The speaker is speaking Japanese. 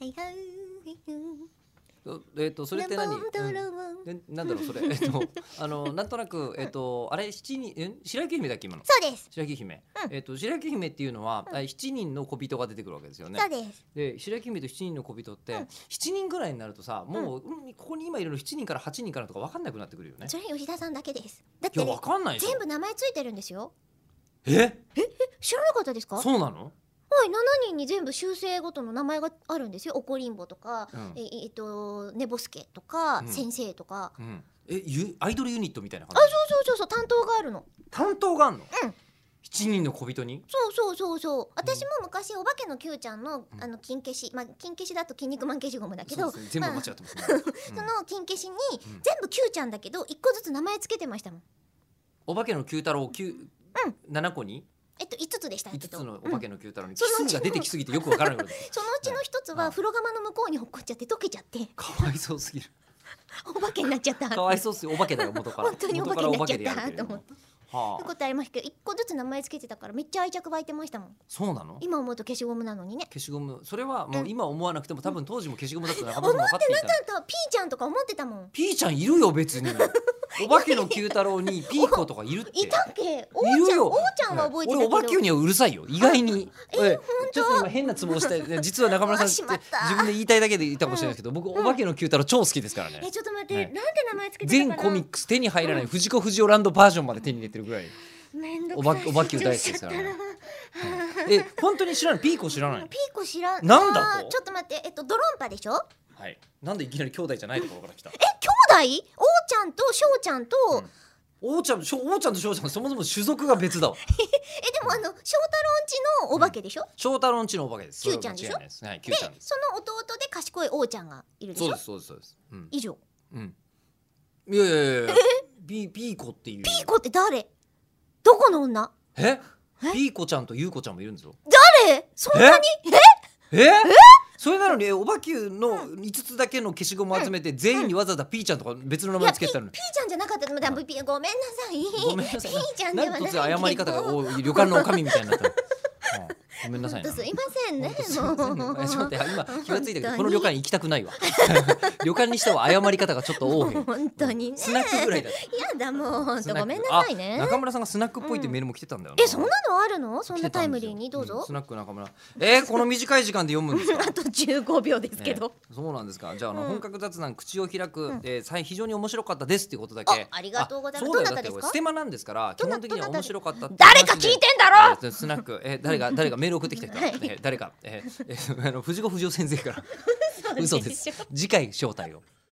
はいはいはいおえっとそれって何、うんでなんだろうそれえっとあのなんとなくえっとあれ七人え白雪姫だっけ今のそうです白雪姫、うんえっと白雪姫っていうのは、あ七人の小人が出てくるわけですよねそうですで白雪姫と七人の小人って、うん七人ぐらいになるとさもう、うんここに今いるの七人から八人からとか分かんなくなってくるよねそれ吉田さんだけですだっいてやね分かんないでしょ全部名前ついてるんですよえ知らなかったですかはいそうなの7人に全部修正ごとの名前があるんですよおこりんぼとか、うんええっとねぼすけとか、うん先生とかうんえゆアイドルユニットみたいなあ感そうじそうそうそう担当があるの担当があんの、うん七人の小人にそうそうそうそう私も昔お化けの Q ちゃんのうんあの金消しまあ金消しだと筋肉マン消しゴムだけそうどですね全部まあ間違ってますね、そうんの金消しにうん全部 Q ちゃんだけど一個ずつ名前つけてましたもんお化けの九太郎九、七個にえっと5つでしたけ五どつのおうん化けの九太郎にキそのうちスが出てきすぎてよくわからないことそのうちの一つうはん風呂釜の向こうに落っこっちゃって溶けちゃ ってかわいそう すぎるお化けになっちゃったかわいそうっすよお化けだよ元から本当にお化けになっちゃったと思って元からお化けでやるけれどもはというあことありましたけど一個ずつ名前つけてたからめっちゃ愛着湧いてましたもんそうなの今思うと消しゴムなのにね消しゴムそれはもう今思わなくても多分当時も消しゴムだったら仲間思っさてんもな分かかっっていたたピーちゃんとか思ってたもんピーちゃんいるよ別 にお化けの九太郎にピーコとかいるっていたっけおいるーちゃんよおーちゃんは覚えてたけど俺お化けにはうるさいよ意 外にえちょっと今変なツボをしたい実は中村さんあしまっってた自分で言いたいだけで言ったかもしれないですけど、僕お化けの九太郎超好きですからねえちょっと待って、はいなんで名前つけてたかな全コミックス手に入らない藤子不二雄ランドバージョンまで手に入れてるぐらいめんどおくばさいおばきゅう大好きですからね緊張しちゃっえ本当に知らないピーコ知らなたないピーコ知らんなんだとあーちょっと待ってえっとドロンパでしょはいなんでいきなり兄弟じゃないところから来たえ兄弟おーちゃんとしょうちゃんと、んおーちゃんしょおーちゃんとしょうちゃんそもそも種族が別だわえでもあの翔太郎んちのお化けでしょ、翔太郎んちのお化けですキューちゃんでしょそれは間違いないすはいキュでーそちゃんのです弟で賢いおーちゃんがいるでしょそうですそうですそうですうん以上うんいやいやい やいやピーピーコっていうピーコって誰どこの女ええピーコちゃんとユーコちゃんもいるんですよ誰そんなにえそれなのにおばきゅうの5つだけの消しゴムを集めて全員にわざわざピーちゃんとか別の名い前やつけてたのにピーちゃんじゃなかったでもだはいピーごめんなさいごめんなさいピーちゃんでなはんないでけ突ど然謝り方が多い旅館のおかみみたいに なったのうんごめんなさいほなんとすいませんねほんとすいもまうせんねえちょっと待って今気がついたけ本当どにこの旅館行きたくないわ 旅館にしては謝り方がちょっと多い本当にねスナックぐらいだったやだもう本スナ当ックごめんなさいねあ中村さんがスナックっぽいってメールも来てたんだよえそんなのあるのそんなタイムリーにどううんぞス、ナック中村えーこの短い時間で読む んですかあと15秒ですけど、ねそうなんですかじゃああの、うん本格雑談口を開く、うんえーさい非常に面白かったですっていうことだあけありがとうございますあそうだよどなたですかだってステマなんですから基どな本的にはどなた面白かったって誰か聞いてんだろえースナック、えー誰が誰がメール送ってきた人、はいえ ー誰か、えーえーあの藤子不二雄先生からそう嘘ですしょ次回招待を